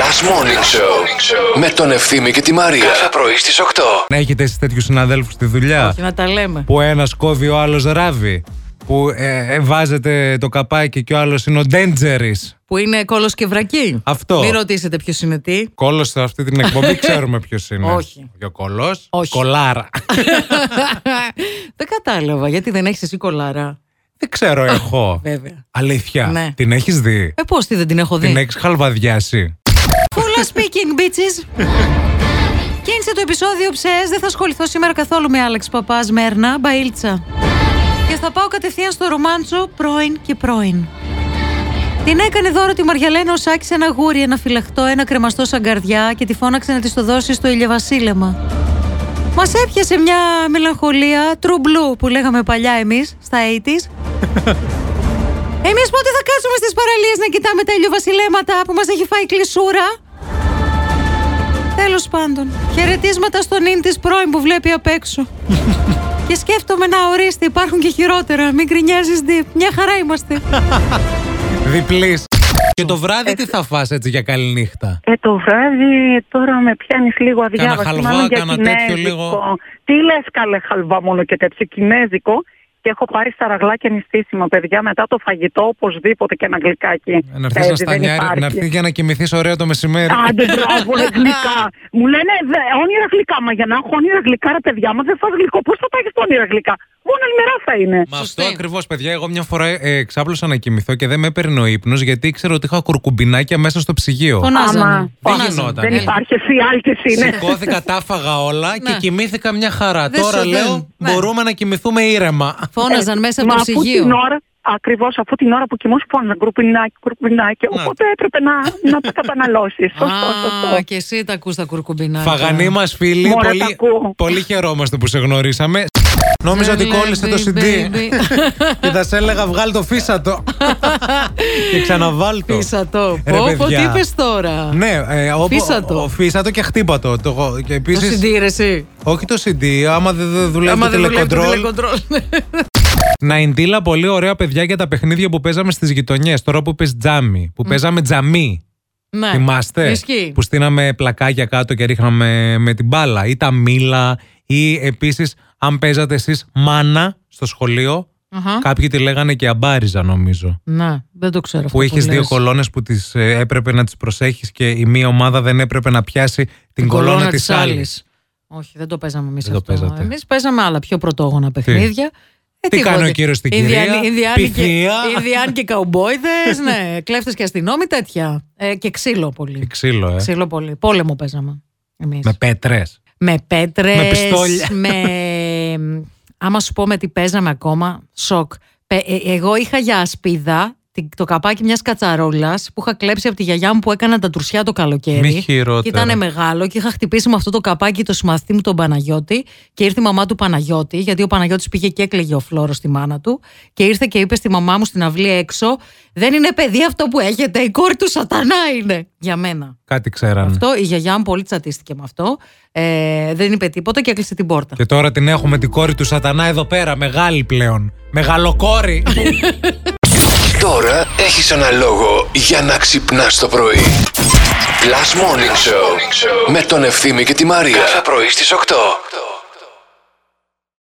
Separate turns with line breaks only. Last Morning Show με τον Ευθύμη και τη Μαρία. Κάθε πρωί στις 8.
Να έχετε εσείς τέτοιους συναδέλφους στη δουλειά.
Και να τα λέμε.
Που ένα κόβει, ο άλλος ράβει. Που ε, ε, βάζετε το καπάκι και ο άλλος είναι ο ντέντζερη.
Που είναι κόλος και βρακή.
Αυτό.
Μην ρωτήσετε ποιος είναι τι.
Κόλος σε αυτή την εκπομπή ξέρουμε ποιος είναι.
Όχι.
Και ο κόλος.
Όχι.
Κολάρα.
δεν κατάλαβα γιατί δεν έχεις εσύ κολάρα.
Δεν ξέρω εγώ.
Βέβαια.
Αλήθεια.
Ναι.
Την έχεις δει.
Ε, πώς τι δεν την έχω δει.
Την έχεις χαλβαδιάσει.
Full speaking, bitches. Κίνησε το επεισόδιο ψες, δεν θα ασχοληθώ σήμερα καθόλου με Άλεξ Παπάς, Μέρνα, Μπαίλτσα. Και θα πάω κατευθείαν στο ρομάντσο πρώην και πρώην. Την έκανε δώρο τη Μαριαλένα ο Σάκης ένα γούρι, ένα φυλαχτό, ένα κρεμαστό σαν καρδιά και τη φώναξε να της το δώσει στο ηλιοβασίλεμα. Μας έπιασε μια μελαγχολία true blue που λέγαμε παλιά εμείς στα 80s. Εμείς πότε θα κάτσουμε στις παραλίες να κοιτάμε τα ηλιοβασιλέματα που μας έχει φάει η κλεισούρα. Τέλος πάντων, χαιρετίσματα στον ίν της πρώην που βλέπει απ' έξω. και σκέφτομαι να ορίστε, υπάρχουν και χειρότερα. Μην κρινιάζει, Ντίπ. Μια χαρά είμαστε.
Διπλής. Και το βράδυ τι θα φας έτσι για καλή νύχτα.
Ε, το βράδυ τώρα με πιάνεις λίγο αδιάβαστη.
χαλβά,
μάλλον για
κάνα τέτοιο
κινέζικο.
λίγο.
Τι λες, καλέ, χαλβά μόνο και τέτοιο κινέζικο. Και έχω πάρει σταραγλά και νηστίσιμα, παιδιά. Μετά το φαγητό, οπωσδήποτε και ένα γλυκάκι.
Ε, Να
Ε,
έρθει να
Έτσι, δεν
στανιάρει, να
υπάρχει.
έρθεις για να κοιμηθείς ωραία το μεσημέρι.
Άντε, μπράβο, ρε, γλυκά. Μου λένε δε, όνειρα γλυκά. Μα για να έχω όνειρα γλυκά, ρε παιδιά, μα δεν φας γλυκό. Πώς θα πάγει το όνειρα γλυκά. Μόνο αλμυρά θα είναι.
Μα
Σωστή.
αυτό ακριβώς, παιδιά. Εγώ μια φορά ε, εξάπλωσα να κοιμηθώ και δεν με έπαιρνε ο ύπνος γιατί ήξερα ότι είχα κορκουμπινάκια μέσα στο ψυγείο.
Φωνάζανε.
Άμα.
Δεν
Φωνάζανε.
γινόταν.
Δεν
ναι.
υπάρχει, εσύ ναι. άλκης είναι.
Σηκώθηκα, τα έφαγα όλα και
Ναι.
κοιμήθηκα μια χαρά.
Δεν
Τώρα
σου-
λέω
δεν- ναι.
μπορούμε να κοιμηθούμε ήρεμα.
Φώναζαν μέσα από
Μα
το
αφού την
ψυγείο.
ώρα, ακριβώς αφού την ώρα που κοιμώσου φώναζαν γκρουπινάκι, γκρουπινάκι,
Να.
οπότε έπρεπε να, να τα καταναλώσεις. Σωστό,
Α,
σωστό.
και εσύ τα ακούς τα κουρκουμπινά.
Φαγανή μα φίλη,
Μωρέ, τα
πολύ,
ακούω.
πολύ χαιρόμαστε που σε γνωρίσαμε. Νόμιζα ότι κόλλησε το CD και θα σε έλεγα βγάλ το φύσατο και ξαναβάλ το.
Φύσατο.
Ρε,
Πω, πω, τι
παιδιά.
είπες τώρα.
Ναι, ε, ο,
Φύσατο.
ο- φύσατο και χτύπατο. Το, και
Το
επίσης,
CD, ρε, εσύ.
όχι το CD, άμα δεν δεν δουλεύει
Άμα
το
δεν δουλεύει το
τηλεκοντρόλ.
τηλεκοντρόλ.
Να εντύλα πολύ ωραία παιδιά για τα παιχνίδια που παίζαμε στις γειτονιές. Τώρα που είπε τζάμι, που παίζαμε τζαμί.
Ναι.
Θυμάστε
Ισχύει.
που στείναμε πλακάκια κάτω και ρίχναμε με την μπάλα ή τα μήλα ή επίσης αν παίζατε εσείς μάνα στο σχολείο
Αχα.
κάποιοι τη λέγανε και αμπάριζα νομίζω
Να, δεν το ξέρω. αυτό
που είχες
λες.
δύο κολόνες που τις ε, έπρεπε να τις προσέχεις και η μία ομάδα δεν έπρεπε να πιάσει την,
Την
κολόνα, της άλλης.
Όχι, δεν το παίζαμε εμείς
Δεν το
αυτό.
παίζατε.
Εμείς παίζαμε άλλα πιο πρωτόγωνα παιχνίδια. Ε,
Τι
τίποτε.
κάνει ο κύριος στην
Ινδιανοί-
κυρία,
Ινδιάνοι και,
πυθία.
Ινδιάνοι και καουμπόιδες, ναι. Κλέφτες και αστυνόμοι, τέτοια. Ε, και ξύλο πολύ.
Ξύλο, ε.
Ξύλο πολύ. Πόλεμο παίζαμε εμείς.
Με πέτρες.
Με πέτρες.
Με πιστόλια.
Άμα σου πω με τι παίζαμε ακόμα, σοκ. Πε- ε- Εγώ είχα για ασπίδα την- το καπάκι μιας κατσαρόλας που είχα κλέψει από τη γιαγιά μου που έκανα τα τουρσιά το καλοκαίρι.
Μη χειρότερα.
Και ήταν μεγάλο και είχα χτυπήσει με αυτό το καπάκι το συμμαθητή μου τον Παναγιώτη και ήρθε η μαμά του Παναγιώτη, γιατί ο Παναγιώτης πήγε και έκλαιγε ο φλόρο στη μάνα του και ήρθε και είπε στη μαμά μου στην αυλή έξω: Δεν είναι παιδί αυτό που έχετε, η κόρη του σατανά είναι. Για μένα.
Κάτι ξέρανε.
Αυτό η γιαγιά μου πολύ τσατίστηκε με αυτό. Ε, δεν είπε τίποτα και έκλεισε την πόρτα.
Και τώρα την έχουμε την κόρη του σατανά εδώ πέρα, μεγάλη πλέον. Μεγαλοκόρη.
Τώρα έχεις ένα λόγο για να ξυπνάς το πρωί. Last Morning Show με τον Ευθύμη και τη Μαρία. Κάθε πρωί στις 8.